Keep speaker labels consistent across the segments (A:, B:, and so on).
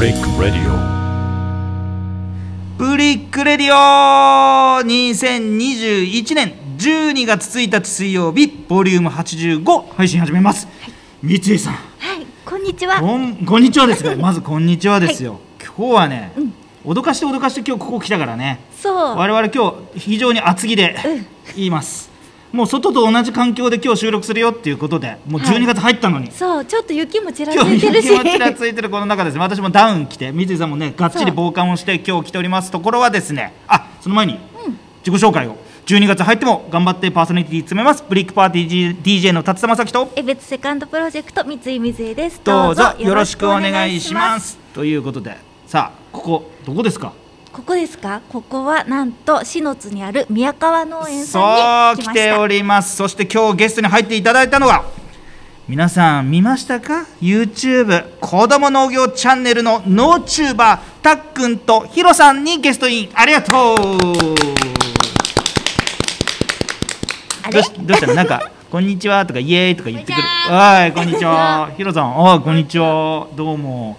A: レイクレディ
B: ブリックレディオ2021年12月1日水曜日ボリューム85配信始めます、三井さん
C: はい、こんにちは。
B: こんこんにちはです がまずこんにちはですよ、今日はね、脅かして脅かして今日ここ来たからね
C: そう。
B: 我々今日非常に厚着で言います、もう外と同じ環境で今日収録するよっていうことでもう
C: はい
B: 12月入ったのに、
C: そう、ちょっと雪もちらつ
B: 今日
C: いてるし。
B: 雪もちらついてるこの中ですね私もダウン着て三井さんもねがっちり防寒をして今日着ておりますところはですねあその前に自己紹介を12月入っても頑張ってパーソナリティ詰めますブリックパーティー G- DJ の辰田正樹と
C: え別セカンドプロジェクト三井水江です。。
B: どうぞよろしくお願いしますすということでさあここどこですか
C: ここですか？ここはなんと篠津にある宮川農園
B: そ
C: さん
B: う
C: に来
B: 来
C: まして
B: お
C: た。
B: りますそして今日ゲストに入っていただいたのは皆さん見ましたか YouTube 子ども農業チャンネルの農チューバーたっくんとひろさんにゲストインありがとう
C: あ
B: ど
C: れ
B: うし？どうしたのなんか「こんにちは」とか「イエーイ」とか言ってくる「はいこんにちは」ひろさん「あーこんにちは」どうも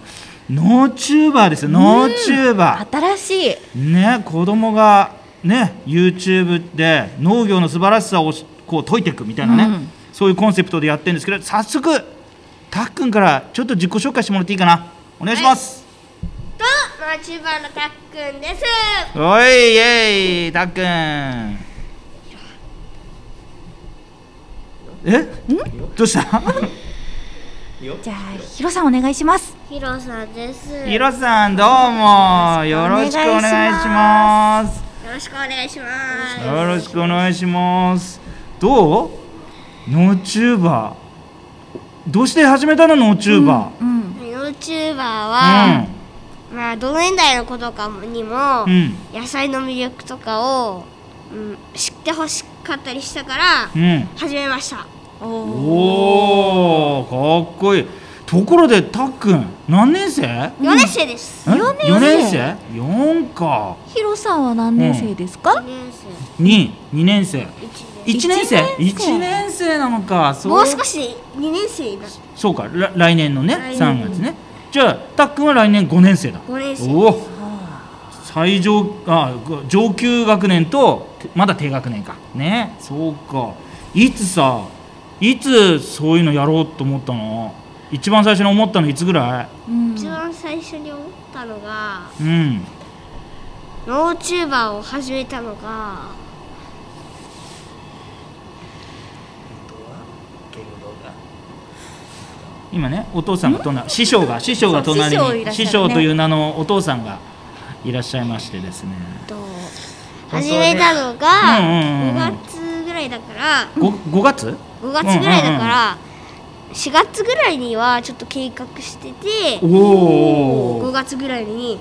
B: 農チューバーですよ農チューバー
C: 新しい。
B: ね子供がね YouTube で農業の素晴らしさをしこう解いていくみたいなね、
C: うん
B: そういうコンセプトでやってるんですけど早速たっくんからちょっと自己紹介してもらっていいかなお願いします、
D: と、マチュバのたっくんです。
B: おいイエイたっくんえどう した
C: じゃあヒロさんお願いします。
D: ひろさんです。
B: ひ
D: よ
B: ろさんどうもよろしくお願いします
D: ろしくお願いします。
B: よろしくお願いします。どう？ノーチューバー。どうして始めたのノーチューバー？
C: うん。
D: ユーチューバー
B: うん
D: は、まあ同年代の子とかにも、
B: うん
D: 野菜の魅力とかを、うん、知ってほしかったりしたから、
B: うん。
D: 始めました。
C: おお。
B: おおかっこいい。ところでたっくん何年生？え
D: 4年生です。
C: 四年生
B: 四年生？四か。
C: ヒロさんは何年生ですか？
D: 4年生。
B: 二二年生。
D: 1
B: 一年生？
C: 一年生
B: 一年生なのか。
D: 年
B: そ
D: もう少しで2年生になる。
B: そうか。ら来年のね
D: 来年
B: 三月ね。じゃあたっくんは来年五年生だ。
D: 5年生。
B: おお最上あ上級学年とまだ低学年かねそうかいつさいつそういうのやろうと思ったの一番最初に思ったのいつぐら
C: うん。
D: 一番最初に思ったのが、
B: いうん
D: ノーチューバーを始めたのが
B: 今ねお父さんが隣師匠が師匠が隣
C: そう師匠い
B: に
C: らっし
B: 師
C: ゃるね
B: 匠という名のお父さんがいらっしゃいましてですね
D: と始めたの
B: うんうんうん
D: が5月ぐらいだから
B: ご 5, 月
D: 5月ぐらいだから4月ぐらいにはちょっと計画してて
B: おお
D: 5月ぐらいに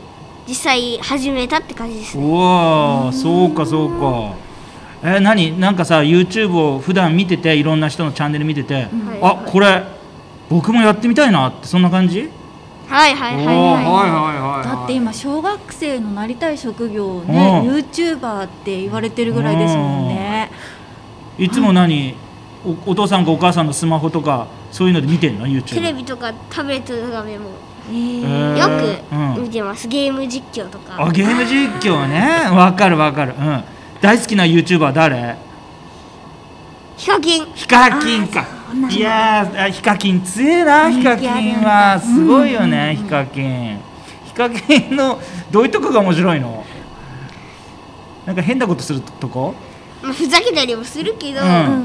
D: 実際始めたって感じですね
B: うわーそうかそうかえー何なんかさ YouTube を普段見てていろんな人のチャンネル見てて、
D: はい
B: あこれ僕もやってみたいなってそんな感じ、
D: はいはいはい
B: おーは
D: は
B: い
C: だって今小学生のなりたい職業を
B: う
C: ね、
B: ん
C: ユーチューバーって言われてるぐらいですもんね。
B: いつも何おお父さんかお母さんのスマホとかそういうので見てんの
D: い
B: YouTube
D: テレビとかタブレットとかでも
C: えー
B: えー
D: よく
B: う
D: 見
B: ん、
D: てますゲーム実況とか
B: あゲーム実況ねわかるわかる、うん、大好きな YouTuber 誰
D: ヒカキン
B: ヒカキンか
C: んだ
B: いやーあヒカキン強えなヒ
C: 人気
B: カ
C: あ
B: キ
C: るよね
B: ンはすごいよね、
C: うん
B: ヒカキンヒカキンのどういうとこが面白いのなんか変なことするとこ、
D: まあふざけたりもするけど
B: うん
C: う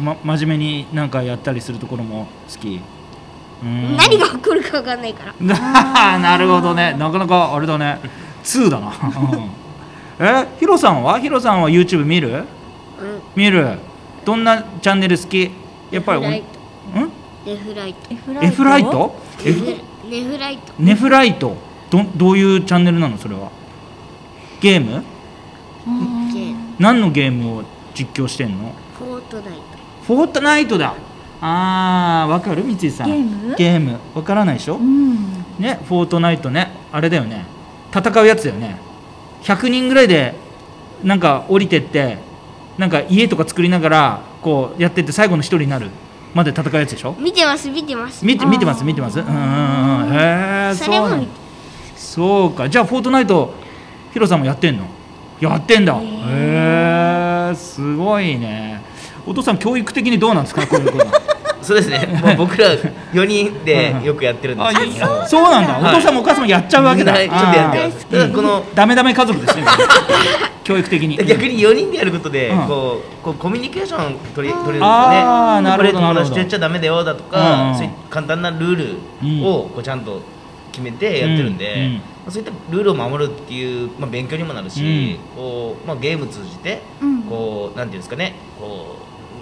C: ん
B: ま、真面目になんかやったりするところも好きうん
D: 何が起こるかわかんないから
B: ななるほどねなかなかあれだね2だな、 うん、えヒロさんはヒロさんは YouTube 見る
D: うん
B: 見るどんなチャンネル好きやっぱりお
D: フライ
B: うん
D: ネフライト
B: エフライトエフ
D: ネフライト
B: ネフライトどどういうチャンネルなのそれはゲーム
C: うん
D: ゲーム
B: 何のゲームを実況してんの
D: フォートナイ
B: フォートナイトだあーわかる三井さん
C: ゲーム
B: ゲームわからないでしょ
C: うん
B: ねフォートナイトねあれだよね戦うやつだよね100人ぐらいでなんか降りてってなんか家とか作りながらこうやってって最後の一人になるまで戦うやつでしょ
D: 見てます見てます
B: 見て
C: あー
B: 見てます見てますうんうんうんへえ
D: それ
B: そうな
D: も
B: の
D: 見て
B: そうかじゃあ「フォートナイト」ヒロさんもやってんのやってんだへえすごいねお父さん教育的にどうなんですかこういうこと
A: そうですね、もう僕ら4人でよくやってるんですけども
B: そうなんだ、
A: はい
B: お父さんもお母さんもやっちゃうわけだ、
A: はいちょっとやってます
B: あー
A: ただこの
B: ダメダメ家族です ね教育的に
A: 逆に4人でやることで
B: うん
A: こうこうコミュニケーション取り取れるんですよね
B: あーなるほど
A: これ
B: な
A: 友
B: るほ
A: 達
B: ど
A: とやっちゃダメだよだと
B: うんう
A: か
B: ん
A: そういう簡単なルールをこうちゃんと決めてやってるんで、
B: うんうん
A: まあそういったルールを守るっていう、まあ、勉強にもなるし、こうまあ、ゲーム通じて
C: うん
A: こうなんていうんですかねこ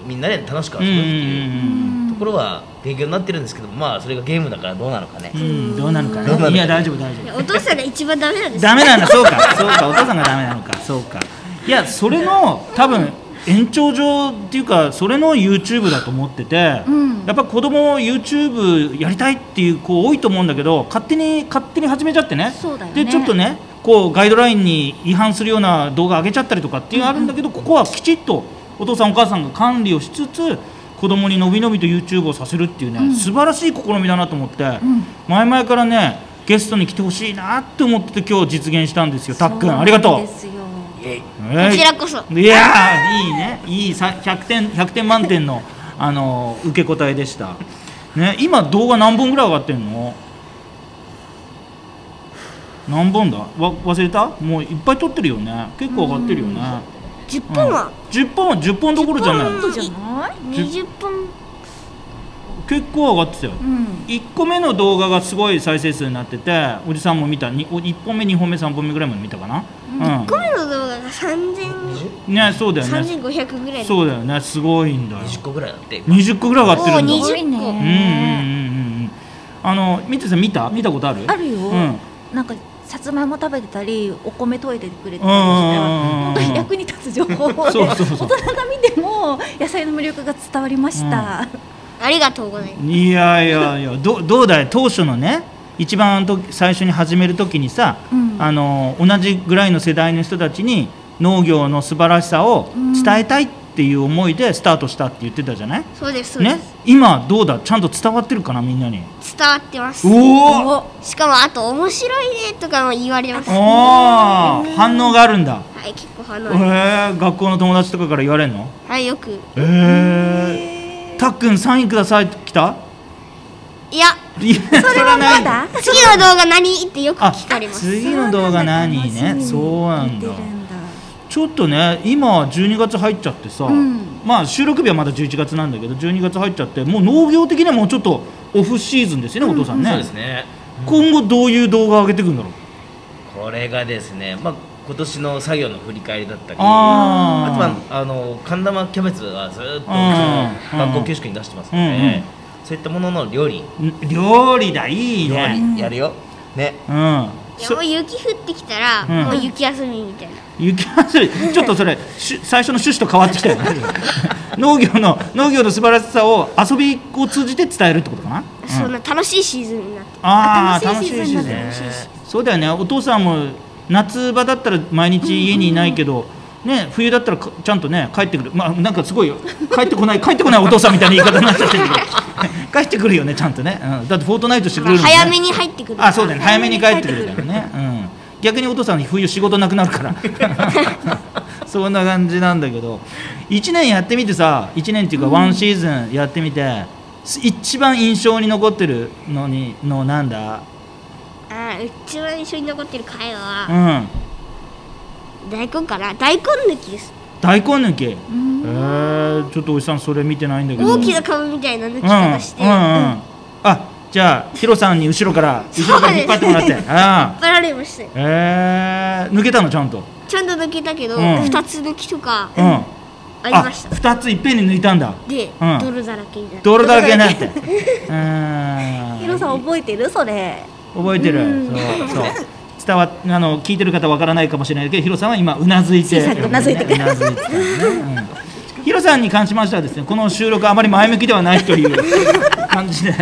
A: うみんなで楽しく
B: うん
A: 遊
B: う
A: ぶ
B: ん
A: っていう
B: う
C: うん
B: うん
C: ん
A: ところは勉強になってるんですけどまあそれがゲームだからどうなのかね、
B: うん、どうなるか
A: どうな
B: ね。
A: るか
B: いや、大丈夫、大丈
D: お父さんが一番ダメなんで
B: 夫。
D: す
B: ダメなんだ、そうか、そうか、お父さんがダメなのか、そうか。いや、それの、多分、延長上っていうか、それの YouTube だと思ってて。
C: うん
B: やっぱ子供 YouTube やりたいっていう子多いと思うんだけど勝手に勝手に始めちゃってね
C: そうだよね
B: でちょっとねこうガイドラインに違反するような動画上げちゃったりとかっていうのあるんだけど、ここはきちっとお父さんお母さんが管理をしつつ子供にのびのびと YouTube をさせるっていうね、
C: うん
B: 素晴らしい試みだなと思って、
C: ん
B: 前々からねゲストに来てほしいなって思ってて今日実現したんですよたっく
C: そなん
B: ありがとう
C: ですよ
B: えい
D: こちらこそ
B: いやーいいねいいさ100点100点満点のあのー受け答えでしたね今動画何本ぐらい上がってんの何本だわ忘れたもういっぱい撮ってるよね結構上がってるよね、
D: 10
B: うん、
D: 本は
B: 10本10本どころじゃない
D: 10
C: そうじゃない？
D: 20本
B: 結構上がってたよ
C: うん。
B: 1個目の動画がすごい再生数になってておじさんも見たにお1本目2本目3本目ぐらいまで見たかな、うん
D: 声の動画が3000
A: 20?
B: ねそうだよね
D: 3500ぐらいで
B: そうだよねすごいんだよ
A: 20個ぐらいあって
B: 20個ぐらい上がってるんだ
D: おー20
C: すごいね
D: うんうん
B: うんうんうんうんうんあの三井さん見た見たことある
C: あるよ
B: うん、
C: なんかさつまいも食べてたり、お米研いでくれてたりして、
B: うんうんうんうん
C: 本当に役に立つ情報で、
B: そうそうそう
C: 大人が見ても野菜の魅力が伝わりました。
D: ありがとうございます
B: いやいやいやどどうだい当初のね一番と最初に始める時にさ、
C: うん
B: あの同じぐらいの世代の人たちに農業の素晴らしさを伝えたいっていう思いでスタートしたって言ってたじゃない、
D: そうですそうで
B: ね
D: す、
B: 今どうだちゃんと伝わってるかなみんなに
D: 伝わってます
B: おお
C: お
D: しかもあと面白いねとかも言われますは
B: おー反応があるんだ、
D: い結構反
B: え
D: 応ある
B: ー、学校の友達とかから言われるの
D: はいよく
B: えー、たっくんサインくださいって来た
D: いや
B: いやそ
C: それはまだ
D: 次の動画何ってよく
B: あ
D: 聞かれます
B: 次の動画何ねそうなんだ
C: 見てるんだ
B: ちょっとね今12月入っちゃってさ、
C: うん
B: まあ収録日はまだ11月なんだけど12月入っちゃってもう農業的にはもうちょっとオフシーズンですよね、お父さんね
A: そうですね
B: 今後どういう動画上げていくんだろう
A: これがですね、まあ、今年の作業の振り返りだったり
B: あ
A: あと
B: ー
A: はあの神田マキャベツはずっとうちの
B: うん
A: 学校給食に出してますので、そういったものの料理
B: ん料理だいい
A: 料
B: ね
A: 理やるよ、ね
B: うん
D: いや
B: そ
D: もう雪降ってきたら、
B: ん
D: もう雪休みみたいな
B: 雪遊びちょっとそれし最初の趣旨と変わってきたよね農業の農業の素晴らしさを遊びを通じて伝えるってことかな、うん
D: そんな楽しいシーズンになって
B: ああ
C: 楽
B: 楽
C: し
B: し
C: いシー
B: い
C: ズ
B: シ
C: ン
B: ー
C: だ
B: ズ
C: ね
B: ン
A: ね
B: そうだよねお父さんも夏場だったら毎日家にいないけど、ね、冬だったらかちゃんとね帰ってくるまあなんかすごいよ帰ってこない帰ってこないお父さんみたいな言い方になっちゃってるけど 帰ってくるよねちゃんとね、うん、だってフォートナイトしてくれるもんね
D: 早めに入ってくる
B: あそうだよね早めに帰ってくるからね、うん、逆にお父さん冬仕事なくなるから そんな感じなんだけど1年やってみてさ1年っていうかワンシーズンやってみて、す一番印象に残ってるのにのなんだ
D: あーうちは一緒に残ってる会
B: う
D: 話は、
B: ん
D: 大根かな大根抜きです
B: 大根抜きえ
C: ん
B: ー、ちょっとおじさんそれ見てないんだけど
D: 大きな株みたいな抜き
B: うんうんうん
D: 方して、引っ
B: あじゃあヒロさんに後ろから後ろから引っ張ってもらってあ
D: 張られましたよ
B: えー、抜けたのちゃんと
D: ちゃんと抜けたけど、
B: う
D: 二
B: ん
D: 2つ抜きとか
B: うんあ
D: ありました、
B: 2ついっぺんに抜いたんだ
D: で、
B: うん
D: 泥だらけになって
B: 泥だらけになって うーん
C: ヒロさん覚えてるそれ。
B: 覚えてる、そうそう伝わあの聞いてる方わからないかもしれないけどヒロさんは今うなずいて
C: 小さくうなずいて
B: うなずいてたね、うんヒロさんに関しましてはですねこの収録あまり前向きではないという感じでね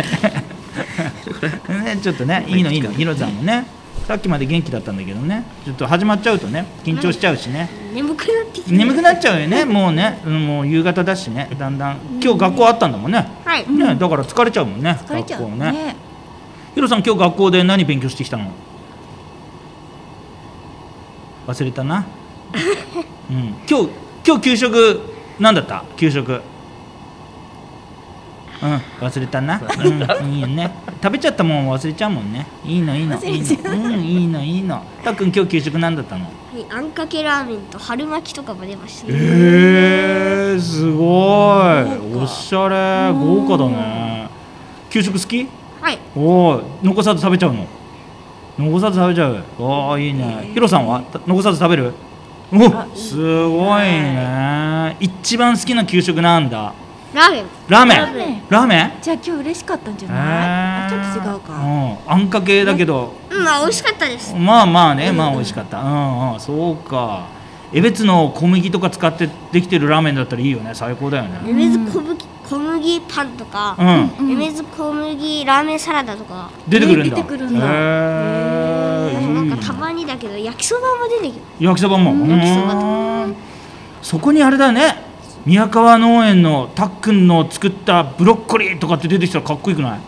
B: ちょっとねいいのいいのヒロさんもねさっきまで元気だったんだけどねちょっと始まっちゃうとね緊張しちゃうしね
D: 眠くなってきて
B: 眠くなっちゃうよねもうねうんもう夕方だしねだんだん今日学校あったんだもんね
D: ははい、
B: ね、だから疲れちゃうもんね
C: 疲れちゃう
B: 学校
C: ね
B: ねヒロさん今日学校で何勉強してきたの忘れた な、うん、今日今日給食何だった給食うん忘れたな、うん、いいよね食べちゃったもん忘れちゃうもんねいいのいいのいいのうんいいのいいのたっくん今日給食何だったの
D: はいあんかけラーメンと春巻きとかも出ましたね
B: えー、すご
C: 豪
B: い
C: 華
B: おしゃれ豪華だね給食好き
D: はい
B: おお残さず食べちゃうの残さず食べちゃうおおいいねヒロさんはた残さず食べるおすごいね一番好きな給食なんだ
D: ラーメン
B: ラーメン
C: ラーメン
B: ラーメン
C: じゃあ今日嬉しかったんじゃない、
B: えー
C: あちょっと違うか、
B: うん、あんかけだけど、
D: うんまあ美味しかったです
B: まあまあねまあ美味しかったうんうんそうか江別の小麦とか使ってできてるラーメンだったらいいよね最高だよね
D: 梅津小麦小麦パンとか、
B: うん
C: うん
D: 梅津小麦ラーメンサラダとか、
B: 出てくるんだ
C: 出てくるんだ
B: へー
D: なんか
B: いい
D: な
B: ね
D: んかたまにだけど焼きそばも出てき
B: 焼きそばも、
D: ん焼きそばと
B: うーんそこにあれだね宮川農園のたっくんの作ったブロッコリーとかって出てきたらかっこよくない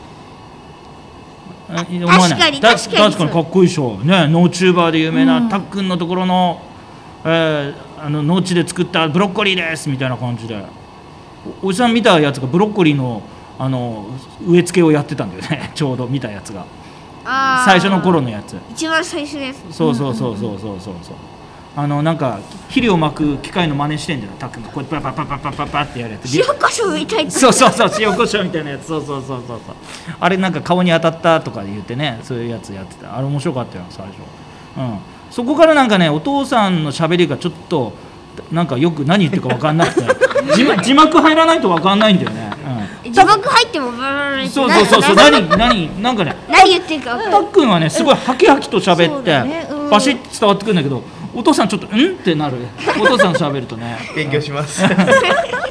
B: あ思わない
D: 確かに
B: た
D: 確かにそう
B: 確かにかっこいいでしょね農チューバーで有名なたっくんのところの,、えーあの農地で作ったブロッコリーですみたいな感じでおおじさん見たやつがブロッコリーのあの植え付けをやってたんだよね ちょうど見たやつが
D: あー
B: 最初の頃のやつ
D: 一番最初です
B: そうそうそうそうそうそうそう。あのなんか肥料まく機械の真似してんだよ。たっくんがこうやってパパパパパパパってやるやつ。
D: 塩コショウみたいな
B: そうそうそう塩コショウみたいなやつ。そうそうそうそうそう。あれなんか顔に当たったとか言ってね、そういうやつやってた。あれ面白かったよ最初。うん。そこからなんかねお父さんの喋りがちょっとなんかよく何言ってるかわかんなくて字幕 字幕入らないとわかんないんだよね。うん。
D: 字幕入ってもブルブルブルって
B: そうそうそうそう
D: な
B: 何何なんかね。
D: 何言ってるか分かんな
B: た
D: い
B: っくんはねすごいハキハキと喋
C: そ
B: っ
C: う
B: て、
C: だねうん
B: バシッと伝わってくるんだけどお父さんちょっと「ん?」ってなるお父さん喋ると ね
A: 勉強し ます。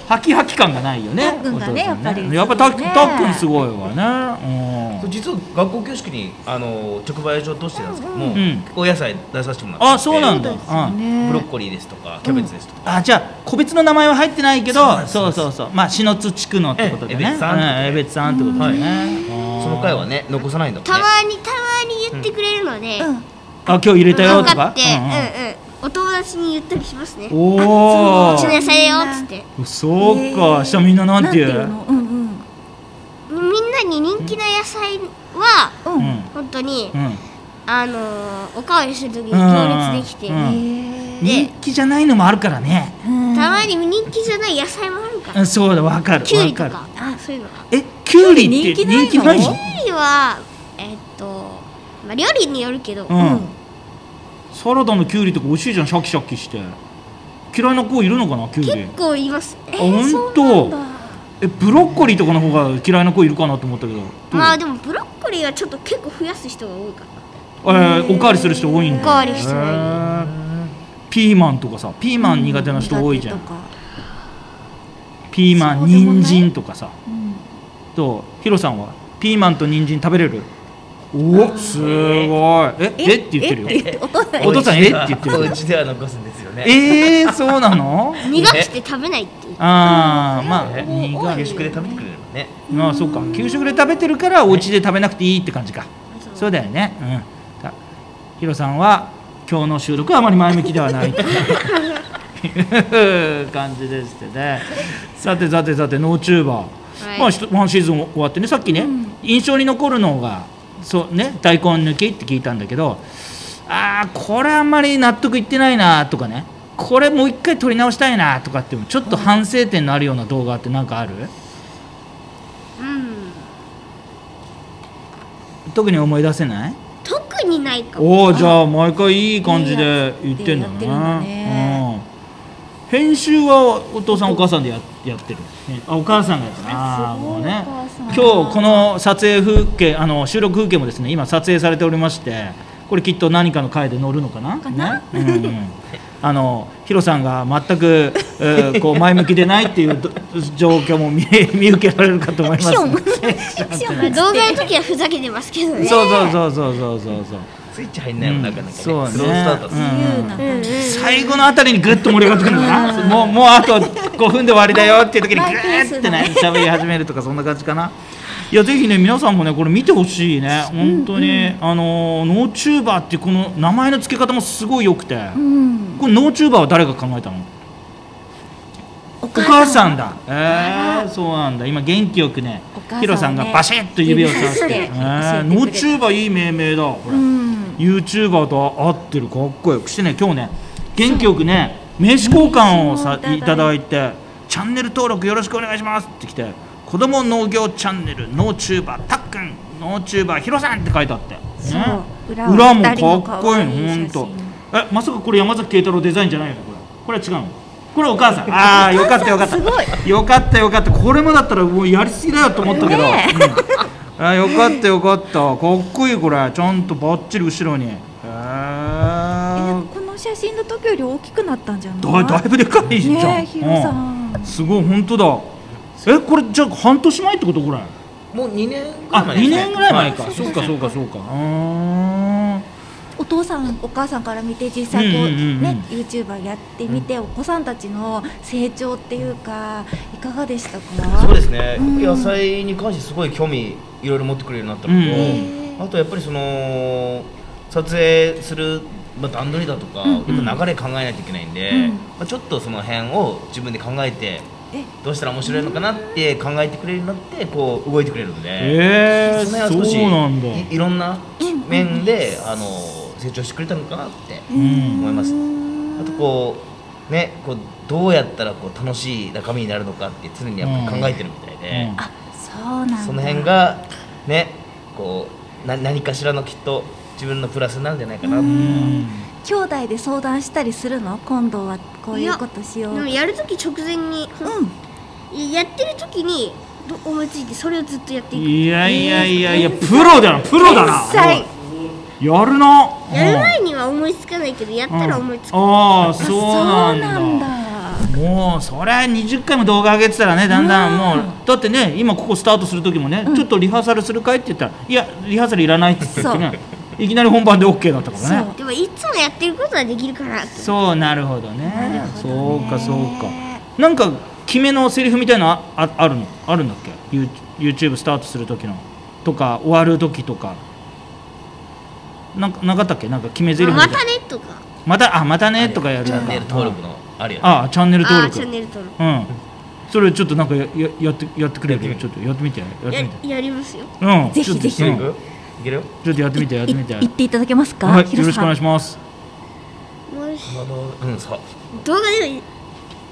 B: ハキハキ感がないよね
C: たっくんがね
B: お父さん
C: やっぱり
B: やっぱたっくん
C: ね
B: たっくんすごいわね、うん、
A: 実は学校給食にあの直売所としてなんですけども、
B: ん
A: お野菜出させてもらってて
B: あそうなんだ、
C: そうです
B: う
C: よ
B: ん
C: ね
A: ブロッコリーですとかキャベツですとか、
B: あじゃあ個別の名前は入ってないけ
A: そうなん
B: ど
A: です
B: そうそうそうまあ篠津地区のってことでね
A: ええ江別さんってこ
B: え別さ
A: とで
B: んってことでね、うん
A: その回はね残さないんだもんね
D: たまにたまに言ってくれるので、
C: うん
B: あ今日入れたよと
D: 分
B: か
D: かって、うん
B: うん
D: うん
B: うん
D: お友達に言ったりしますねう
B: おお
D: ちの野菜だよっつって
B: そうかしたらみんななんて言う、
C: のうんうん
D: みんなに人気な野菜は
C: うん、
B: うん
D: 本当に、
B: うん
D: あのーおかわりするときに行列できて、
B: うん
C: へー
B: 人気じゃないのもあるからね、
C: うん
D: たまに人気じゃない野菜もあるか
B: う
D: ら
B: ん、そうだわかる
D: きゅうりと
B: わる
D: かあそういうの
B: えキュウリって
C: キュウリ
B: 人
C: 人
B: 気
C: 気
B: な
C: ないい
B: の
C: の
D: きゅうりはえっと、まあ、料理によるけど、
B: うん、サラダのキュウリとか美味しいじゃんシャキシャキして嫌いな子いるのかなキュウリ
D: 結構います
B: あ本当えブロッコリーとかの方が嫌いな子いるかなと思ったけどどう
D: まあでもブロッコリーはちょっと結構増やす人が多いから
B: えーおかわりする人多いんだ
D: おかわりする人多い
B: へーピーマンとかさピーマン苦手な人多いじゃん、
C: 苦手とか
B: ピーマン
C: そうでもない
B: 人参とかさ
C: うん
B: とヒロさんはピーマンと人参食べれるおすごいええって言ってるよ
C: えお父さん
B: お父さんえって言ってる
A: お家では残すんですよね
B: えー、そうなの
D: 苦くて食べないっていう
B: ああまあ
A: ね
B: 苦い
A: 給食で食べてくれればね
B: ああそうか給食で食べてるからお家で食べなくていいって感じかそうだよねうんたヒロさんは今日の収録はあまり前向きではないという感じでしてねさてさてさてノーチューバー
D: はい
B: まあひとワンシーズン終わってねさっきね、印象に残るのがそうね大根抜きって聞いたんだけどああこれあんまり納得いってないなとかねこれもう一回撮り直したいなとかってちょっと反省点のあるような動画って何かある、
D: うん
B: 特に思い出せない
D: 特にないかも
B: おおじゃあ毎回いい感じで言ってんだ
C: いいやつってやってるんだ
B: ねうん編集はお父さんお母さんでややってるねあお母さんがやってるあーもうね今日この撮影風景あの収録風景もですね今撮影されておりましてこれきっと何かの回で載るのかなねうんうんあのヒロさんが全く、えーこう前向きでないっていうど状況も見え見受けられるかと思います、
C: アクションアクション
D: 動画の時はふざけてますけどね
B: そうそうそうそうそうそうそう。
A: スイッチ入んないの、
B: うん
A: なかなかね
B: そうね
A: スロースタートす
B: う
A: る、
B: ん
C: 自由な感じ、
B: 最後のあたりにぐっと盛り上がってくるんだなもうもうあと5分で終わりだよっていう時にぐ
C: マイペー
B: ー
C: ス
B: って
C: だ
B: ね
C: ね
B: 喋り始めるとかそんな感じかないやぜひね皆さんもねこれ見てほしいね本当に、あのノーチューバーってこの名前の付け方もすごい良くて、
C: うん、
B: これノーチューバーは誰が考えたの
C: お
B: お母さんだえー、そうなんだ今元気よくね
C: お母さんね
B: ヒロさんがバシッと指を さして
C: 指
B: え
C: さし
B: ー
C: て教えてくれ
B: ノ
C: る
B: ーチューバーいい命名だこれ、
C: うん、
B: ユーチューバーと合ってるかっこよくしてね今日ね元気よくね名刺交換をさ
C: 名刺も
B: い
C: い
B: た
C: た
B: だ
C: だ
B: いて「チャンネル登録よろしくお願いします」って来て「子ども農業チャンネルノーチューバーたっくんノーチューバーひろさん」って書いてあって、ね、
C: そう裏は
B: 裏もかっこいいの
C: 二人
B: ほ
C: の可愛い
B: ん
C: 写真
B: とえまさかこれ山崎慶太郎デザインじゃないよねこれこれは違うのこれお母さんああよかったよかった
C: お母さん
B: よかったよかったこれもだったらもうやりすぎだよと思ったけど、
C: ね
B: うんあよかったよかったかっこいいこれちゃんとバッチリ後ろにへえだ
C: えなんかこの写真の時より大きくなったんじゃない
B: だいぶでかいじゃん、
C: ねえヒロさん、
B: うんすごい本当だえこれじゃあ半年前ってことこれ
A: もう2年ぐら
B: あ
A: い前
B: 2年ぐらい前か、
A: は
B: そうかそうかそうかうーん
C: お父さんお母さんから見て実際こう
B: うんうんうんうん
C: ね、YouTuber やってみて、お子さんたちの成長っていうかいかがでしたか
A: そうですね、
C: うん
A: 野菜に関してすごい興味いろいろ持ってくれるようになった
B: うん
A: のと、あとやっぱりその撮影する、まあ、段取りだとか、
C: うん
B: うん
A: やっぱ流れ考えないといけないんで、
C: うん
A: まあ、ちょっとその辺を自分で考えて
C: え
A: どうしたら面白いのかなって考えてくれるようになってこう動いてくれるので、
B: えー、
A: その辺は少し
B: そうなんだ
A: いいろんな面で、あの成長してくれたのかなって
B: うん
A: 思います。あとこうねこうどうやったらこう楽しい中身になるのかって常にやっぱり考えてるみたいで、
B: うん
C: あそうなんだ
A: その辺がねこうな何かしらのきっと自分のプラスなんじゃないかなって
B: う
A: いうのは
B: ん
C: 兄弟で相談したりするの今度はこういうことしよう
D: でもやるとき直前に、
C: う
D: やってるときにど思いついてそれをずっとやっていく
B: いやいやいやいやプロだなプロだな
D: 天才
B: やるな
D: やる前
B: に
D: には思いつかないけどやったら思いつく、
B: ああそ
C: ん、
B: うなんだ
C: そうなんだ
B: もうそりゃ20回も動画上げてたらねだんだん
C: う
B: も
C: ん
B: うだってね今ここスタートする時もね、ちょっとリハーサルするかいって言ったらいやリハーサルいらないって言ってねいきなり本番で OK だったからね
D: でもいつもやってることはできるから
B: そうなるほどねそうかそうか
C: ね
B: なんか決めのセリフみたいなあああるのあるんだっけ You- YouTube スタートする時のとか終わる時とかなんかなかったっけなんか決めゼリフみた
D: ま
B: いな
D: たねとか
B: またあまたねとかやる
A: チ
B: の
A: ャ
B: か
A: ンネル登録のあるよね
B: あチャンネル登
D: あー
B: 録
D: チャンネル登録
B: うんそれちょっとなんかやややってやってくれるちょっとやってみてやってみて
D: ややりますよ
B: うん
C: ぜひ
B: ちょっと
C: ぜひ
A: いけ
B: う
A: る
B: ん
A: いけるよ
B: ちょっとやってみてやってみて
C: い言っていただけますか、
B: はい
C: ヒ
B: よ
C: ロ
B: ろしく
C: さ
B: お
C: ん
B: 願いします
D: もうし
A: あのうんそう
D: 動画でもいい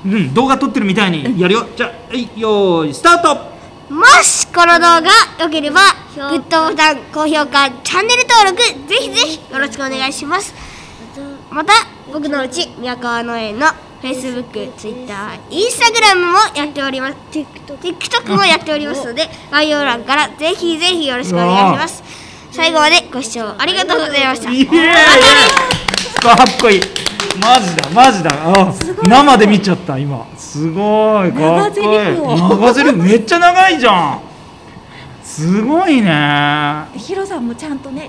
B: うん動画撮ってるみたいにやるよじゃあはいよーいスタート
D: もしこの動画良ければグッドボタン高評価チャンネル登録ぜひぜひよろしくお願いしますまた僕のうち宮川農園の Facebook、Twitter、Instagram もやっております TikTok もやっておりますので概要欄からぜひぜひよろしくお願いします最後までご視聴ありがとうございました
B: イエーイかっこいいマジだマジだあ生で見ちゃった今すごいかっこいい
C: 長ゼリフを
B: 長ゼリフめっちゃ長いじゃんすごいねあ
C: ヒロさんもちゃんとね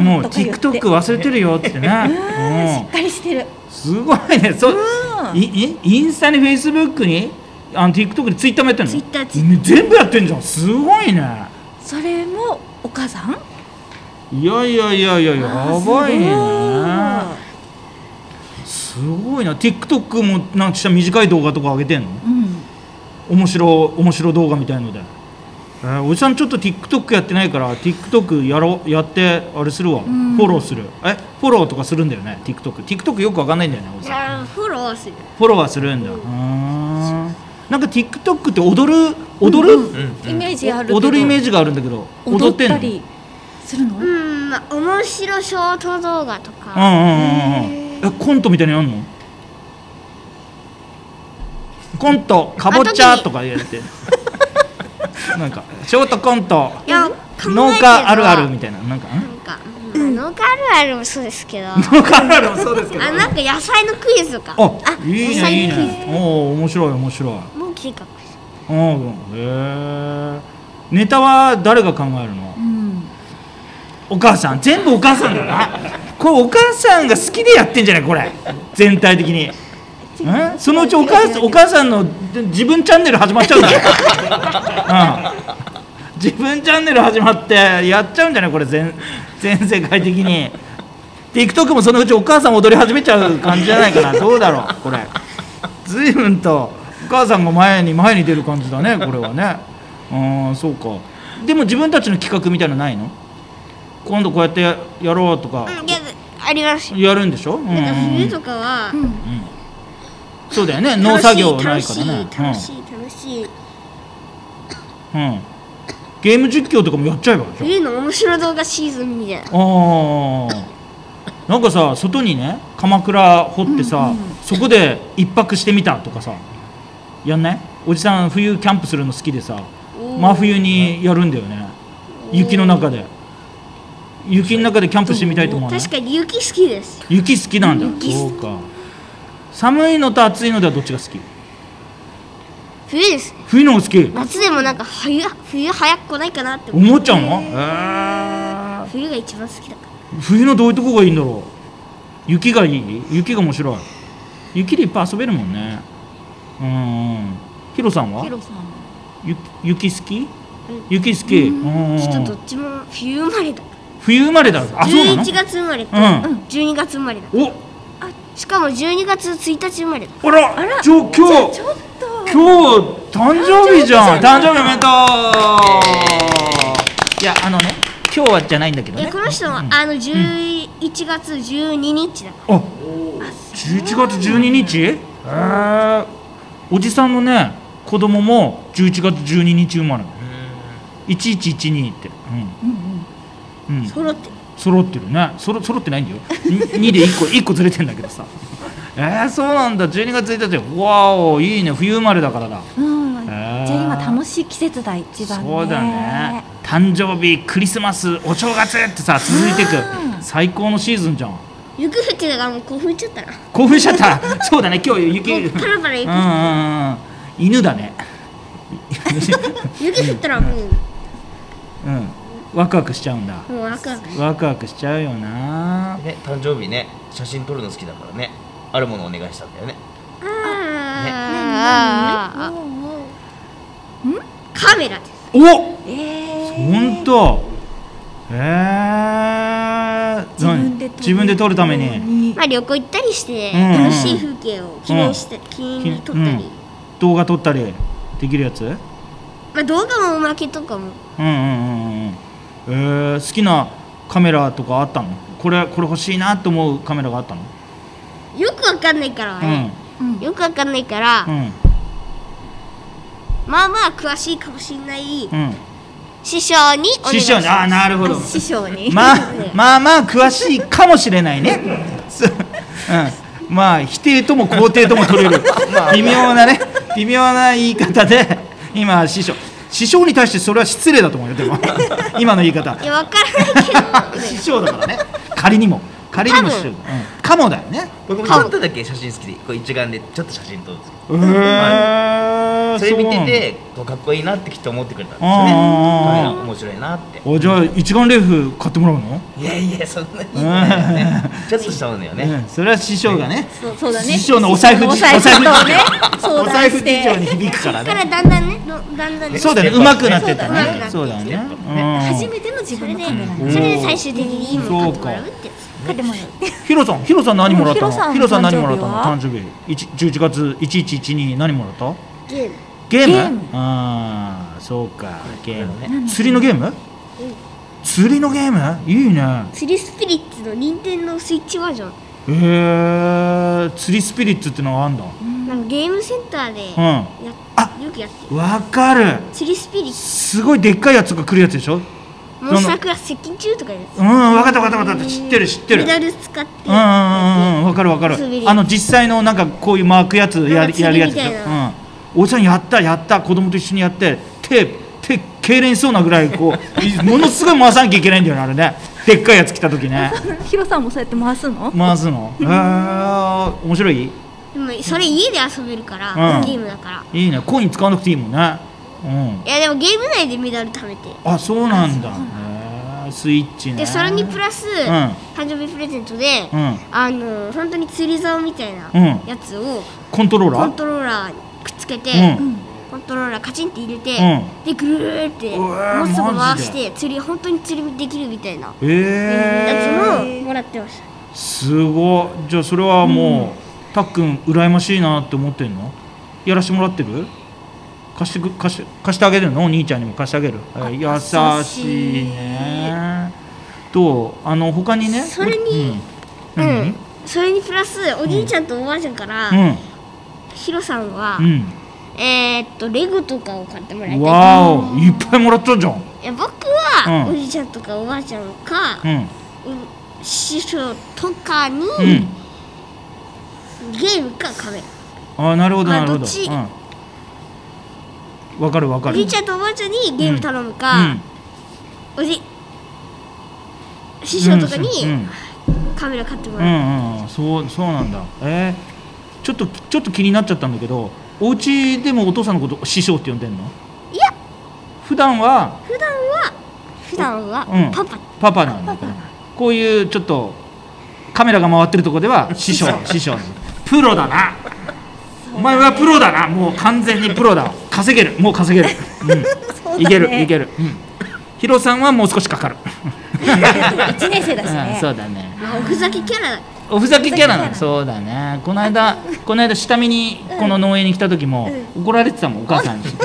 B: もう
C: とか言って
B: TikTok 忘れてるよって
C: うんし
B: ね
C: っかりしてる
B: うんすごいねそう
C: うん
B: いいインスタにフェイスブックにあの TikTok にツイッターもやってるの
D: Twitter ツイ
B: 全部やってんじゃんすごいね
C: それもお母さん
B: いやいやいやいやや
C: あー
B: ばいねすごいな TikTok もなんかした短い動画とか上げてんの
C: すごいうん
B: 面白面白動画みたいので、えーおじさんちょっと TikTok やってないから TikTok やろうやってあれするわ、
C: ん
B: フォローするえフォローとかするんだよね TikTokTikTok よくわかんないんだよねおじ
D: じ
B: さん
D: ゃあフォローする
B: フォローはするんだ、うーんなんか TikTok って踊る踊る、
A: うんうん
C: イメージあるけど
B: 踊るイメージがあるんだけど
C: 踊
B: ん
C: っ
B: の
C: たりするの、
D: うんまあ面白ショート動画と
B: う
D: か
B: んうんうんうんえコントみたいなのやんのコントかぼちゃとかやってなんかショートコント
D: いや考えてるの
B: 農
D: は
B: 家あるあるみたいななんか
D: なんか、まあ農家あるあるもそうです けどあ
B: 農家あるあるもそうですけど
D: なんか野菜のクイズとか
B: あ
C: あ
B: いい
D: 最
B: ねいい
D: 近
B: ねおお面白い面白い
D: もう計画
B: うんへえネタは誰が考えるの
C: うん
B: お母さん全部お母さんだなこれお母さんが好きでやってんじゃないこれ全体的にんそのうちお母さんお母さんので自分チャンネル始まっちゃうんだ よ、うん、自分チャンネル始まってやっちゃうんじゃないこれ全全世界的に TikTok もそのうちお母さん踊り始めちゃう感じじゃないか などうだろうこれ随分とお母さんが前に前に出る感じだねこれはねうんそうかでも自分たちの企画みたいなのないの今度こうやってややろうとか
D: うんいやありますよ
B: やるんでしょ、うんうん
E: なんか冬とかは
C: うん
B: そうだよね農
E: 楽
B: 作
E: しい
B: 業はな
E: 楽
B: い
E: し
B: か
E: い
B: らね
E: 楽しい楽しい
B: うんうんゲーム実況とかもやっちゃえばいいじゃん
D: 冬の面白動画シーズンみたいな
B: あーなんかさ外にね鎌倉掘ってさ、そこで一泊してみたとかさやんないおじさん冬キャンプするの好きでさ真冬にやるんだよね雪の中で雪の中でキャンプしてみたいと思わない
D: 確かに雪好きです
B: 雪好きなんだそうか寒いのと暑いのではどっちが好き
D: 冬ですね
B: 冬の方が好き
D: 夏でもなんか冬冬早く来ないかなって思う
B: 思っちゃうのへー
D: 冬が一番好きだから
B: 冬のどういうとこがいいんだろう雪がいい雪が面白い雪でいっぱい遊べるもんねうんヒロさんは
C: ヒロさんも
B: ゆ雪好き雪好きうんうんうん
D: ちょっとどっちも冬生まれだ
B: 冬生まれだあそうなの
D: 11月生まれと、
B: う
D: うんん、12月生まれだ
B: お
D: しかも12月1日生まれだ
B: あら今日今日
C: ちょっと
B: 今日誕生日じゃん誕生日おめでとういやあのね今日はじゃないんだけど
D: いや
B: ね
D: この人はあの11月12日だか
B: あ、十一月十二日？ええ、おじさんのね、子供も十一月十二日生まれ。一一一二って、うん、うん、
D: ら揃って
B: 揃ってるね。そろ揃ってないんだよ。に二で一個 一個ずれてんだけどさ。えー、そうなんだ。十二月一日。わお、いいね。冬生まれだからだ。
C: うんじ
B: えー
C: ゃあ今楽しい季節だ一番ね
B: そうだね。誕生日、クリスマス、お正月ってさ続いていく。最高のシーズンじゃん。
D: 雪降ってたからもう興奮しちゃったな
B: 興奮しちゃった。そうだね。今日雪。
D: パラパラ雪
B: うんうんうん犬だね
D: 雪降ったらもう
B: うんワクワクしちゃうんだ
D: もうワクワク
B: ワクワクしちゃうよな
A: ね誕生日ね写真撮るの好きだからねあるものお願いしたんだよね
D: あーカメラです
B: お
C: えー
B: 本当えー、
C: 自分で撮る
B: 何自分で撮るために
D: まあ旅行行ったりして
B: うんうん
D: 楽しい風景を記念して記念に撮った
B: う
D: り
B: ん動画撮ったりできるやつうん
D: まあ動画もおまけとかも
B: うんうんうんうんえー、好きなカメラとかあったのこれこれ欲しいなと思うカメラがあったの
D: よくわかんないからね
C: うん
D: よくわかんないから
B: うん
D: まあまあ詳しいかもしれない
B: うんうん
D: 師匠にお願い
B: 師
D: し
B: 匠
D: ます
B: にああ なるほど
C: 師匠に
B: まあまあまあ詳しいかもしれないね。すうん、まあ否定とも肯定とも取れる微妙なね微妙な言い方で今師匠師匠に対してそれは失礼だと思うよでも今の言い方
D: いやわからないけど
B: 師匠だからね仮にも仮にも師匠、うん、かもだよね。
A: 僕もちょっとだけ写真好きでこう一眼でちょっと写真撮るんですけど
B: えー
A: それ見て。
B: う
A: てこうかっこいいなってきっと思ってくれたんですよね
B: あー
A: はい面白いなって
B: おじゃあ一眼レフ買ってもらうの？
A: いやいやそんなにいいことないよねちょっとしたものよね
B: うん、それは師匠がね。
C: そうそうだね
B: 師匠のお財布
C: お
B: 事情
C: 財布とね
B: お
C: 相
B: 財布
C: 談し
B: 事
C: て
B: 情に響くから
D: だか
B: ね。
D: らだんだんねどだんだんね
B: そうだよね、
A: ステップア
B: 上手
A: ップ
B: くなってったね。
D: そう
A: だね
B: う
C: 初
B: ん
C: めての自
D: そ
C: 分
D: れ
C: の
D: で
C: カメラ
B: うん
D: それで最終的にいいもの買ってもらうってやつ
C: 買ってもらう
B: ヒロさん、ヒロさん何もらった
C: ヒロさ
B: の？
C: ん
B: ヒロさん何もらったの？誕
C: 誕
B: 生日、一十一月一一一に何もらった？
D: ゲーム
B: ゲーム？
C: ゲーム
B: ああ、そうか、ゲーム
A: う
B: ね。釣りのゲーム？釣りのゲーム？いいね。
D: 釣りスピリッツの任天堂スイッチバージョン
B: えー、釣りスピリッツってのがあんだ。
D: なんかゲームセンターで
B: う
D: や、
B: ん。
D: よくやってる
B: わかる。
D: 釣りスピリッツ
B: すごいでっかいやつが来るやつでしょ？
D: モンスタークラス接近中とかです
B: うん、わかったわかったわかった。知ってる知ってる
D: メ。ダル使って
B: うんうんうんわかるわかる
D: 滑り
B: あの実際のなんかこういう巻くやつや
D: なん
B: る
D: か
B: やるやつ
D: 釣りみたい
B: うんおじさんやったやった子供と一緒にやって手手痙攣しそうなぐらいこういものすごい回さなきゃいけないんだよねあれねでっかいやつ来た時ね
C: ヒロさんもそうやって回すの
B: 回すのへえー、面白い
D: でもそれ家で遊べるか
B: う
D: ら、
B: ん
D: ゲームだから
B: いいねコイン使わなくていいもんねうん
D: いやでもゲーム内でメダル貯めて
B: あそうなんだへあースイッチね
D: でそれにプラ
B: ん
D: ス、誕生日プレゼントで、
B: うん
D: あの本当に釣り竿みたいな
B: うん
D: やつを
B: コントローラ
D: コ
B: ー
D: ントローラーにくっつけて、
B: うん
D: コントローラーカチンって入れて、
B: う
D: でぐるーって
B: うわー
D: もうすぐ
B: マ
D: 回
B: ジ
D: し
B: で
D: て釣り本当に釣りできるみたいなやつ
B: ええ
D: ももらってました
B: すごいじゃあそれはもう、たっくん羨ましいなって思ってんのやらしてもらってる貸してく貸して貸してあげるのお兄ちゃんにも貸してあげる、はい優しいねとあの他にね
D: それに
B: うん、何うん
D: それにプラスおじいちゃんとおばあちゃんから、
B: うん
D: ヒロさんは、
B: う
D: えーっとレゴとかを買ってもらいたい
B: ん、わおいっぱいもらったじゃん、
D: いや僕は、
B: うん
D: おじいちゃんとかおばあちゃんか
B: う、ん
D: うん師匠とかに、
B: うん、
D: ゲームかカメラ
B: あなるほど
D: ま
B: な
D: あ
B: るほど
D: どっち
B: うんわ、かるわか
D: お
B: る
D: じいちゃんとおばあちゃんにゲーム頼むか、おじ師匠とかに
B: うんうん
D: カメラ買っても
B: う
D: らう、
B: んうん、そうそうなんだ。えー、ちょっとちょっと気になっちゃったんだけど、お家でもお父さんのこと師匠って呼んでんの？
D: いや
B: 普段は
D: 普段は普段は、
B: うん
D: パパ
B: パパなんだけど、こういうちょっとカメラが回ってるとこでは師匠師匠なんだプロだな。お前はプロだな。もう完全にプロだわ。稼げる。もう稼げる。うん。いけるいける。うん。ヒロさんはもう少しかかる。
C: 一年生だし
B: うん、
C: ね。
B: そうだね。
D: あおふざけキャラ
B: おふざけキャラなのそうだねこの間この間下見にこの農園に来た時も怒られてたもんお母さんに、うん、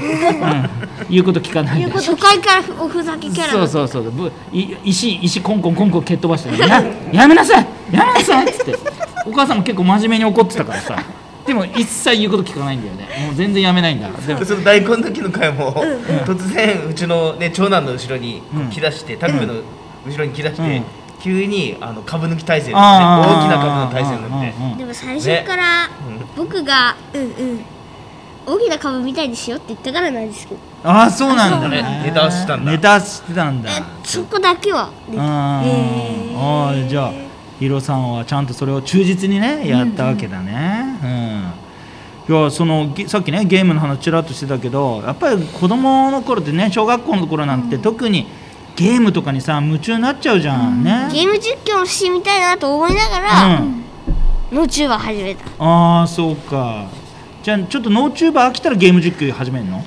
B: 言うこと聞かないで
D: 初回からおふざけキャラ
B: そうそうそうぶい石石コンコンコンコン蹴っ飛ばしてややめなさいやめなさいっつってお母さんも結構真面目に怒ってたからさでも一切言うこと聞かないんだよねもう全然やめないんだでも
A: その大根の時の回も、突然うちの、ね、長男の後ろに
B: うん
A: 来だして、タックの後ろに来だして、
B: うん
A: 急にあの株抜き体制ですね、
B: あー
A: 大きな株の体制になって
B: うんうんうん
D: でも最初から
A: うん
D: 僕が、大きな株みたいにしようって言ったからなんですけど
B: ああそうなんだ
A: そう
B: ね
A: だねネタしてたんだ
B: ネタしてたんだ
D: そこだけはで
B: あーあーじゃあヒロさんはちゃんとそれを忠実にねやったわけだね、うんいやそのげさっきねゲームの話ちらっとしてたけどやっぱり子供の頃ってね小学校の頃なんて特にゲームとかにさ夢中になっちゃうじゃん、ね
D: ゲーム実況をしてみたいなと思いなが
B: う
D: ら、
B: ん
D: ノーチューバー始めた
B: ああそうかじゃあちょっとノーチューバー飽きたらゲーム実況始めるの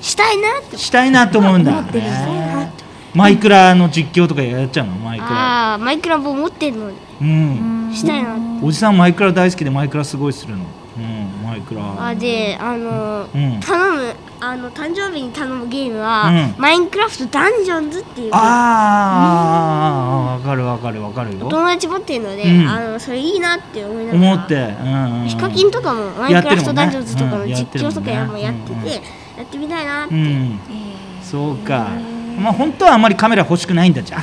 D: したいなって
B: したいなと思うんだ、ねマイクラの実況とかやっちゃうのマイクラ
D: ああマイクラも持ってるのに
B: うん
D: したいなって
B: おじさんマイクラ大好きでマイクラすごいするの。うん、マイクラ。
D: あであのー
B: うん
D: 頼むあの誕生日に頼むゲームは、
B: うん
D: マインクラフトダンジョンズっていう
B: あーあー、わかるわかるわかるよ。
D: 友達持ってるので、
B: うん
D: あのそれいいなって思いながら
B: 思って、うんうんうん。
D: ヒカキンとかもマインクラフトダンジョンズとかの
B: やっ
D: 実
B: てるも
D: 況
B: んね
D: とかやもやってて、
B: うんうん
D: やってみたいなって、
B: うん。そうか。まあ本当はあんまりカメラ欲しくないんだじゃん。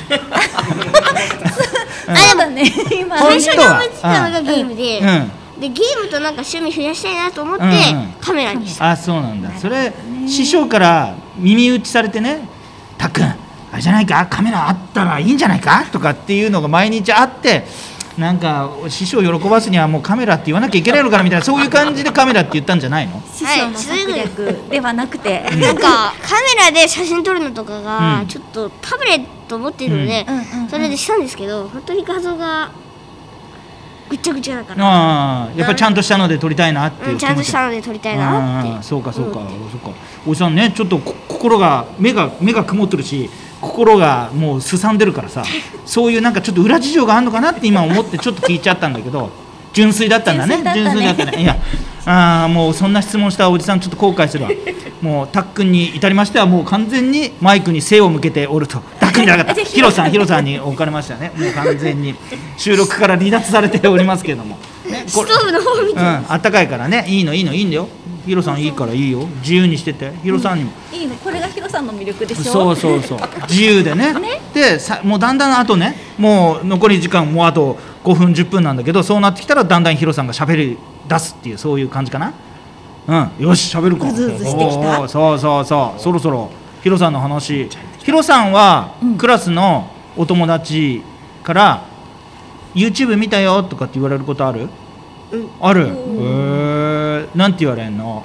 C: あ、そうだね。今。
B: 本
D: 最初に
B: 当は
D: 思いついたのがゲームで、
B: うん。
D: でゲームとなんか趣味増やしたいなと思って、
B: うんうん
D: カメラにした
B: あそうなんだそれ師匠から耳打ちされてね「たっくんあれじゃないかカメラあったらいいんじゃないか?」とかっていうのが毎日あってなんか師匠を喜ばすにはもうカメラって言わなきゃいけないのかなみたいなそういう感じでカメラって言ったんじゃないの
C: 師匠の策略ではなくて。
D: なんかカメラで写真撮るのとか
B: う
D: が
B: ん
D: ちょっとタブレット持ってるので、
C: うんうんうん
D: それでしたんですけど本当に画像がぐっちゃぐちゃだから、
B: ああやっぱりちゃんとしたので撮りたいなっていう気
D: う
B: 持
D: ん、
B: ち
D: ちゃんとしたので撮りたいなって
B: あーそうかそうか、そうかおじさんねちょっとこ心が目が目が曇ってるし心がもうすさんでるからさそういうなんかちょっと裏事情があるのかなって今思ってちょっと聞いちゃったんだけど純粋だったんだね
C: 純粋だったね
B: いやあーもうそんな質問したおじさんちょっと後悔するわもうたっくんに至りましてはもう完全にマイクに背を向けておるとたっくんじゃなかったヒロさんヒロさんに置かれましたねもう完全に収録から離脱されておりますけれども、ね、こ
D: ス
B: れ
D: トーブの方を見
B: う
D: て
B: ん、あったかいからねいいのいいのいいんだよヒロさんいいからいいよ自由にしててヒロさんにも、
C: いいの、これがヒロさんの魅力でしょ。
B: そうそうそう自由で ねでさもうだんだんあとねもう残り時間もうあと5分10分なんだけどそうなってきたらだんだんヒロさんがしゃべり出すっていうそういう感じかなうんよししゃべるか
C: うずうずしてきた
B: おーそうそうそうそろそろヒロさんの話ヒロさんはクラスのお友達から「YouTube 見たよ」とかって言われることあるあるへえなんて言われんの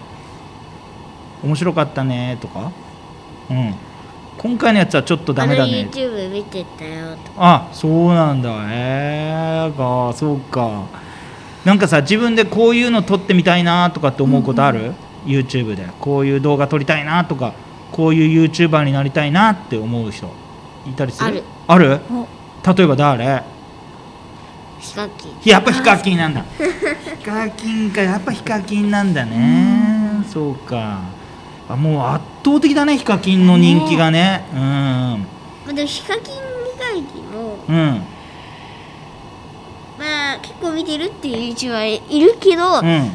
B: 面白かったねとかうん今回のやつはちょっとダメだね
D: YouTube 見てたよと
B: あそうなんだえー、かそうかなんかさ自分でこういうの撮ってみたいなとかって思うことある、YouTube でこういう動画撮りたいなとかこういう YouTuber になりたいなって思う人いたりするある例えば誰
D: ヒカキン
B: やっぱヒカキンなんだヒカキンかやっぱヒカキンなんだねそうかあもう圧倒的だねヒカキンの人気がね
D: まあでもヒカキン以外にも
B: うんうん
D: まあ結構見てるっていう YouTuber いるけど、
B: うん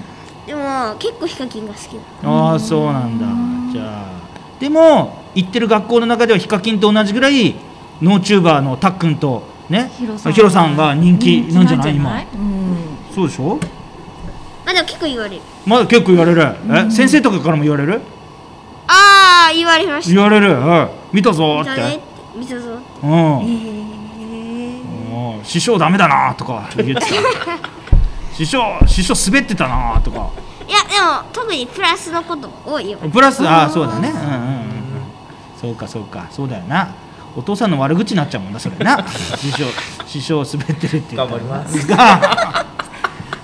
D: でも結構ヒカキンが好きだ
B: ああそうなんだじゃあでも行ってる学校の中ではヒカキンと同じぐらいノーチューバーのたっくんとね
C: ヒロさん
B: ヒロさんが人気なんじゃない今
C: うん
B: そうでしょ
D: まあでも結構言われる
B: まだ結構言われるえ先生とかからも言われる
D: ああ言われまし
B: 言われるはい見たぞ
D: た見
B: ー
D: た
B: っ
D: ねってて見たぞ って
B: うん
C: へえ
B: もう師匠ダメだなとか言ってた師匠師匠滑ってたなとか
D: いやでも特にプラスのことを言われる
B: プラスああそうだねうんうんうんうんそうかそうかそうだよなお父さんの悪口になっちゃうもんなそれな師匠師匠滑ってるって言ったら
A: 頑張ります
B: が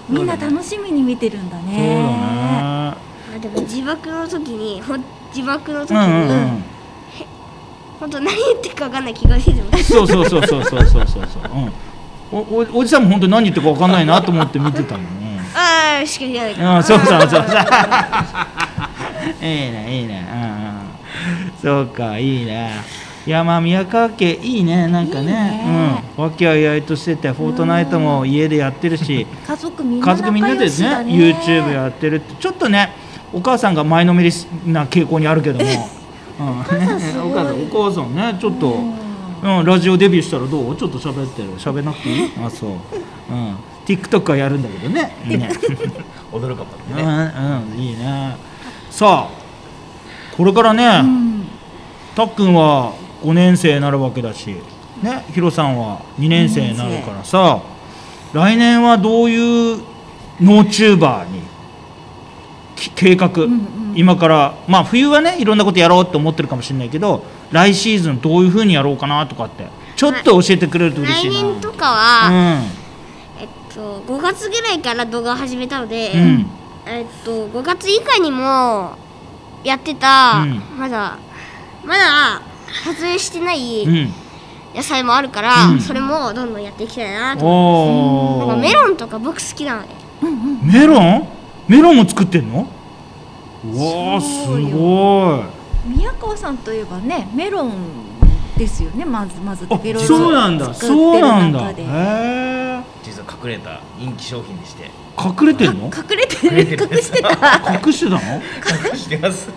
C: みんな楽しみに見てるんだ
B: そう
C: ね
B: だね
D: まあでも自爆の時にほん自爆の時
B: うんうんう
D: に
B: ん
D: 本当何言ってるか分かんない気がしてても
B: そうそうそうそうそうそうそうそううんおおおじさんも本当に何言ってるか分かんないなと思って見てたもん、うん
D: ああしか言わな
B: う
D: い
B: ん、そうそう そうそう。いいね、いいね、うんうん。そうか、いいね。いや、まあ、宮川家、いいね、なんかね、うん、和気あいあいとしてて、フォートナイトも家でやってるし。
C: 家族みんな
B: 家族みんな
C: 仲
B: でね
C: 良しだね
B: YouTube やってるってちょっとねお母さんが前のめりな傾向にあるけども、うん、お母さ んお母さんねちょっと、うんラジオデビューしたらどうちょっと喋ってる喋んなくていいあそう、うん、TikTok はやるんだけどねね
A: 踊るかもね
B: うんうんいいねさあこれからね、たっくんは5年生になるわけだしねひろさんは2年生になるからさ来年はどういうノーチューバーにき計画、今からまあ冬はねいろんなことやろうって思ってるかもしれないけど来シーズンどういうふうにやろうかなとかってちょっと教えてくれると嬉し
D: 来
B: いな。
D: 年とかは、
B: う
D: えっと5月ぐらいから動画を始めたので、
B: ん、うん
D: えっと5月以下にもやってた、
B: うん
D: まだまだ撮影してない
B: うん
D: 野菜もあるから、
B: うん
D: それもどんどんやっていきたいなと、
B: おー
D: なんかメロンとか僕好きなので
B: メロンメロンも作ってんのうわあす
C: そうよ
B: ごい
C: 宮川さんといえばねメロンですよねまずまずペペロ
B: あ
C: ンチ
B: そうなんだ
C: 作ってる
B: そうなんだ
C: 中で
B: へえ
A: 実は隠れた人気商品でして
B: 隠れてんの
C: 隠れてる
A: 隠れてる
C: 隠し てた
B: 隠してたの
A: 隠してます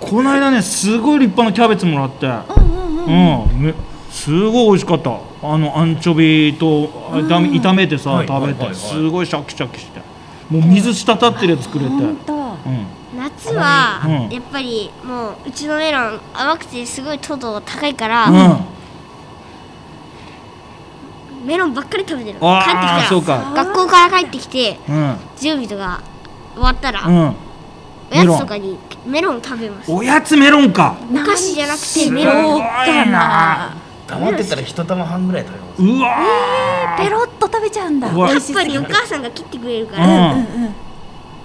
B: この間ねすごい立派なキャベツもらってうんめすごい美味しかったあのアンチョビとあ炒め炒めてさ
A: はい
B: 食べ
A: はいはいは
B: て
A: い
B: すごいシャキシャキしてもう水滴ってるやつくれて
C: 本当
B: うん
D: 夏は
B: うん
D: やっぱりもううちのメロン甘くてすごい糖度が高いから、
B: うん
D: メロンばっかり食べてる帰ってきた
B: ああ
D: ら
B: そうか
D: 学校から帰ってきて
B: うん
D: 準備とか終わったら、
B: うん
D: おやつとかにメロン食べます
B: おやつメロンか
D: お菓子じゃなくてメ
B: す
D: ロン
B: ごいな
C: な
A: 黙ってたら一玉半ぐらい食べます
B: うわー
C: ペロッと食べちゃうんだ
B: うわ
C: 美味
D: やっ
C: し
D: ぱ
C: すぎ
D: り
C: て
D: お母さんが切ってくれるか
B: う
D: ら
B: ん
C: うんうん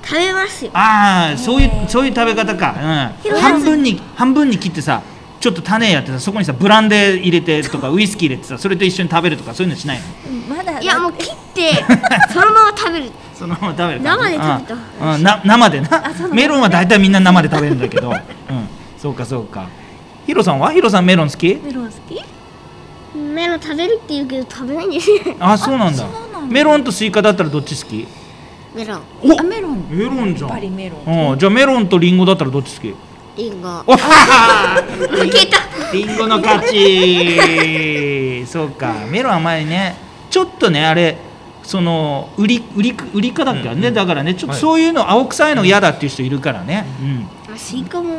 D: 食べますよ
B: ああそういうそういう食べ方か、うん、半分に半分に切ってさちょっと種やってさそこにさブランデー入れてとかウイスキー入れてさそれと一緒に食べるとかそういうのしないの
C: うんまだ
D: いやもう切ってそのまま食べる
B: そのまま食べる
D: 生で食べた
B: うんうんな生でなメロンは大体みんな生で食べるんだけど、うん、そうかそうかヒロさんはヒロさんメロン好き
C: メロン好き
D: メロン食べるって言うけど食べないんですよ
B: あそうなんだ
C: そうなんだ
B: メロンとスイカだったらどっち好き
D: メロン
C: あメロン
B: メロンじゃ
C: やっぱり
B: ん
C: メロン
B: うん、じゃあメロンとリンゴだったらどっち好き
D: リンゴ
B: お はは
D: 負けた
B: リンゴの勝ち。そうか、メロン甘いね。ちょっとね、あれ。その売り売り売りかだっけ、
A: うん
B: ね
A: うん
B: だからねちょっと
A: はい
B: そういうの青臭いの嫌だっていう人いるからね
D: まあスイカも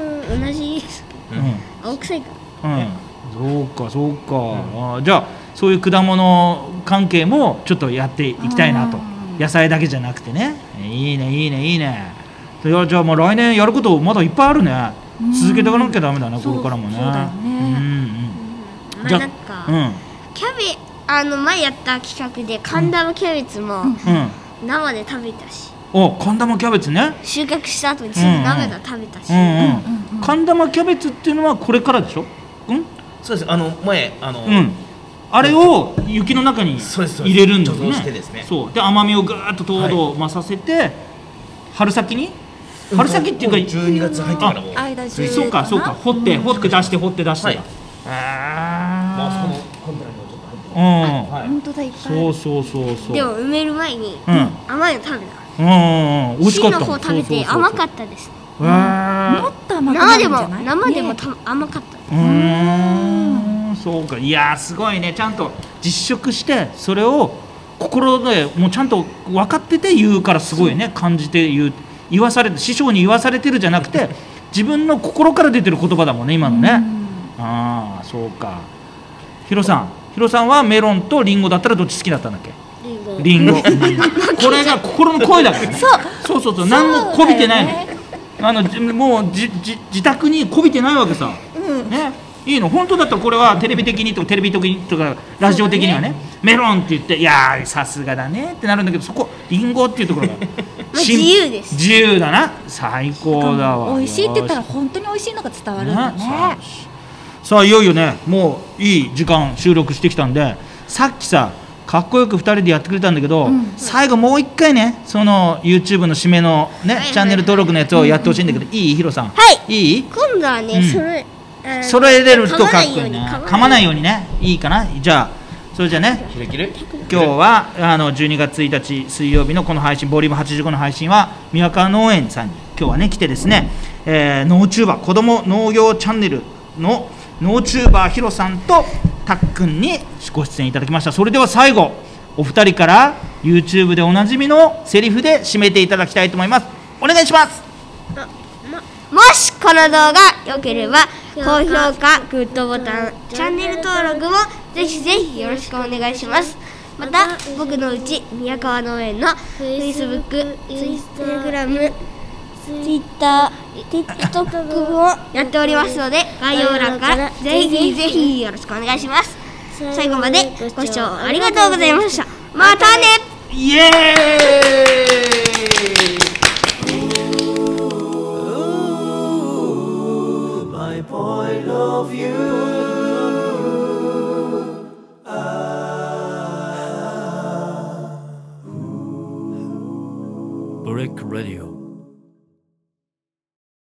D: 同じです
B: う
A: うんん
B: うん
D: 青臭いから
B: うん、そうかそうか、あーじゃあそういう果物関係もちょっとやっていきたいなと野菜だけじゃなくてねいいねいいねいいねいやじゃあまあ来年やることまだいっぱいあるね続けていかなきゃダメだね
C: そ
B: こ
C: う
B: れからもね
C: そうだよね
B: うんうん
D: ま
B: じ
D: あ
B: ゃ
D: なんか、キャベあの前やった企画で神田のキャベツも
B: うんうん
D: 生で食べたし
B: お神玉キャベツね
D: 収穫した後にすぐ生で食べたし、
B: うんうん神玉キャベツっていうのはこれからでしょうん
A: そうですあの前あの、
B: うん、あれを雪の中に
A: そうですそう
B: 入
A: です
B: れるんだよ
A: 貯
B: ね
A: 蔵してですね
B: そうで甘みをぐーっと糖度を増させて、春先に春先っていうか、
A: も12月入ってからもう
C: 間中
B: そうかそうか掘って掘って出して掘って出してだ、
A: まあそ
B: あ
A: このコンテナにもちょっと入っ
B: あ
A: て
B: うん、
A: はい
C: 本当だいっぱい
B: そうそうそうそう
D: でも埋める前に
B: うん、うん
D: 甘いの食べた
B: うんうん、美味しかった
D: の方食べて甘かったですね
B: たわ
C: もっと甘くなるんじ
D: 生で
C: ゃ
D: も
C: ない
D: 生でも
C: ね
D: た甘かった
B: うーんそうかいやーすごいねちゃんと実食してそれを心でもうちゃんと分かってて言うからすごいね感じて言う言わされて師匠に言わされてるじゃなくて自分の心から出てる言葉だもんね今のねああそうかヒロさんヒロさんはメロンとリンゴだったらどっち好きだったんだっけ
D: リンゴ
B: リンゴ これが心の声だからねそうそうそうそう何もこびてないの、あのじもうじじ自宅にこびてないわけさ、ねいいの本当だったらこれはテレビ的にとかテレビ的にとかラジオ的にはねメロンって言っていやーさすがだねってなるんだけどそこリンゴっていうところ が
D: 自
B: しん
D: 由です
B: 自由だな最高だわ
C: 美味しいって言ったら
B: よ
C: 本当に美味しいのが伝わ
B: し
C: るんだ
B: さ
C: ね
B: あさあいよいよねもういい時間収録してきたんでさっきさかっこよく2人でやってくれたんだけど、
C: ん
B: 最後もう一回ねその YouTube の締めのね、
D: はい
B: チャンネル登録のやつをやってほしいんだけど、いいヒロさん、
D: はい
B: いい
D: 今度はね、
B: うん
D: それあー
B: 揃えれるとかっこいい
D: 噛まないよ
B: な
D: うに
B: 噛まないようにねいいかなじゃあそれじゃあね
A: 切れ切れ
B: 今日はあの12月1日水曜日のこの配信ボリューム85の配信は宮川農園さんに今日はね来てですね、えー、農チューバー子ども農業チャンネルの農チューバーヒロさんとたっくんにご出演いただきましたそれでは最後お二人から YouTube でおなじみのセリフで締めていただきたいと思いますお願いします
D: もしこの動画良ければ高評価、グッドボタン、チャンネル登録もぜひぜひよろしくお願いします。また僕のうち宮川農園の Facebook、Instagram、Twitter、TikTok もやっておりますので概要欄からぜひぜひよろしくお願いします。最後までご視聴ありがとうございました。またね
B: イエーイ
F: my point of view. Ah. Brick Radio.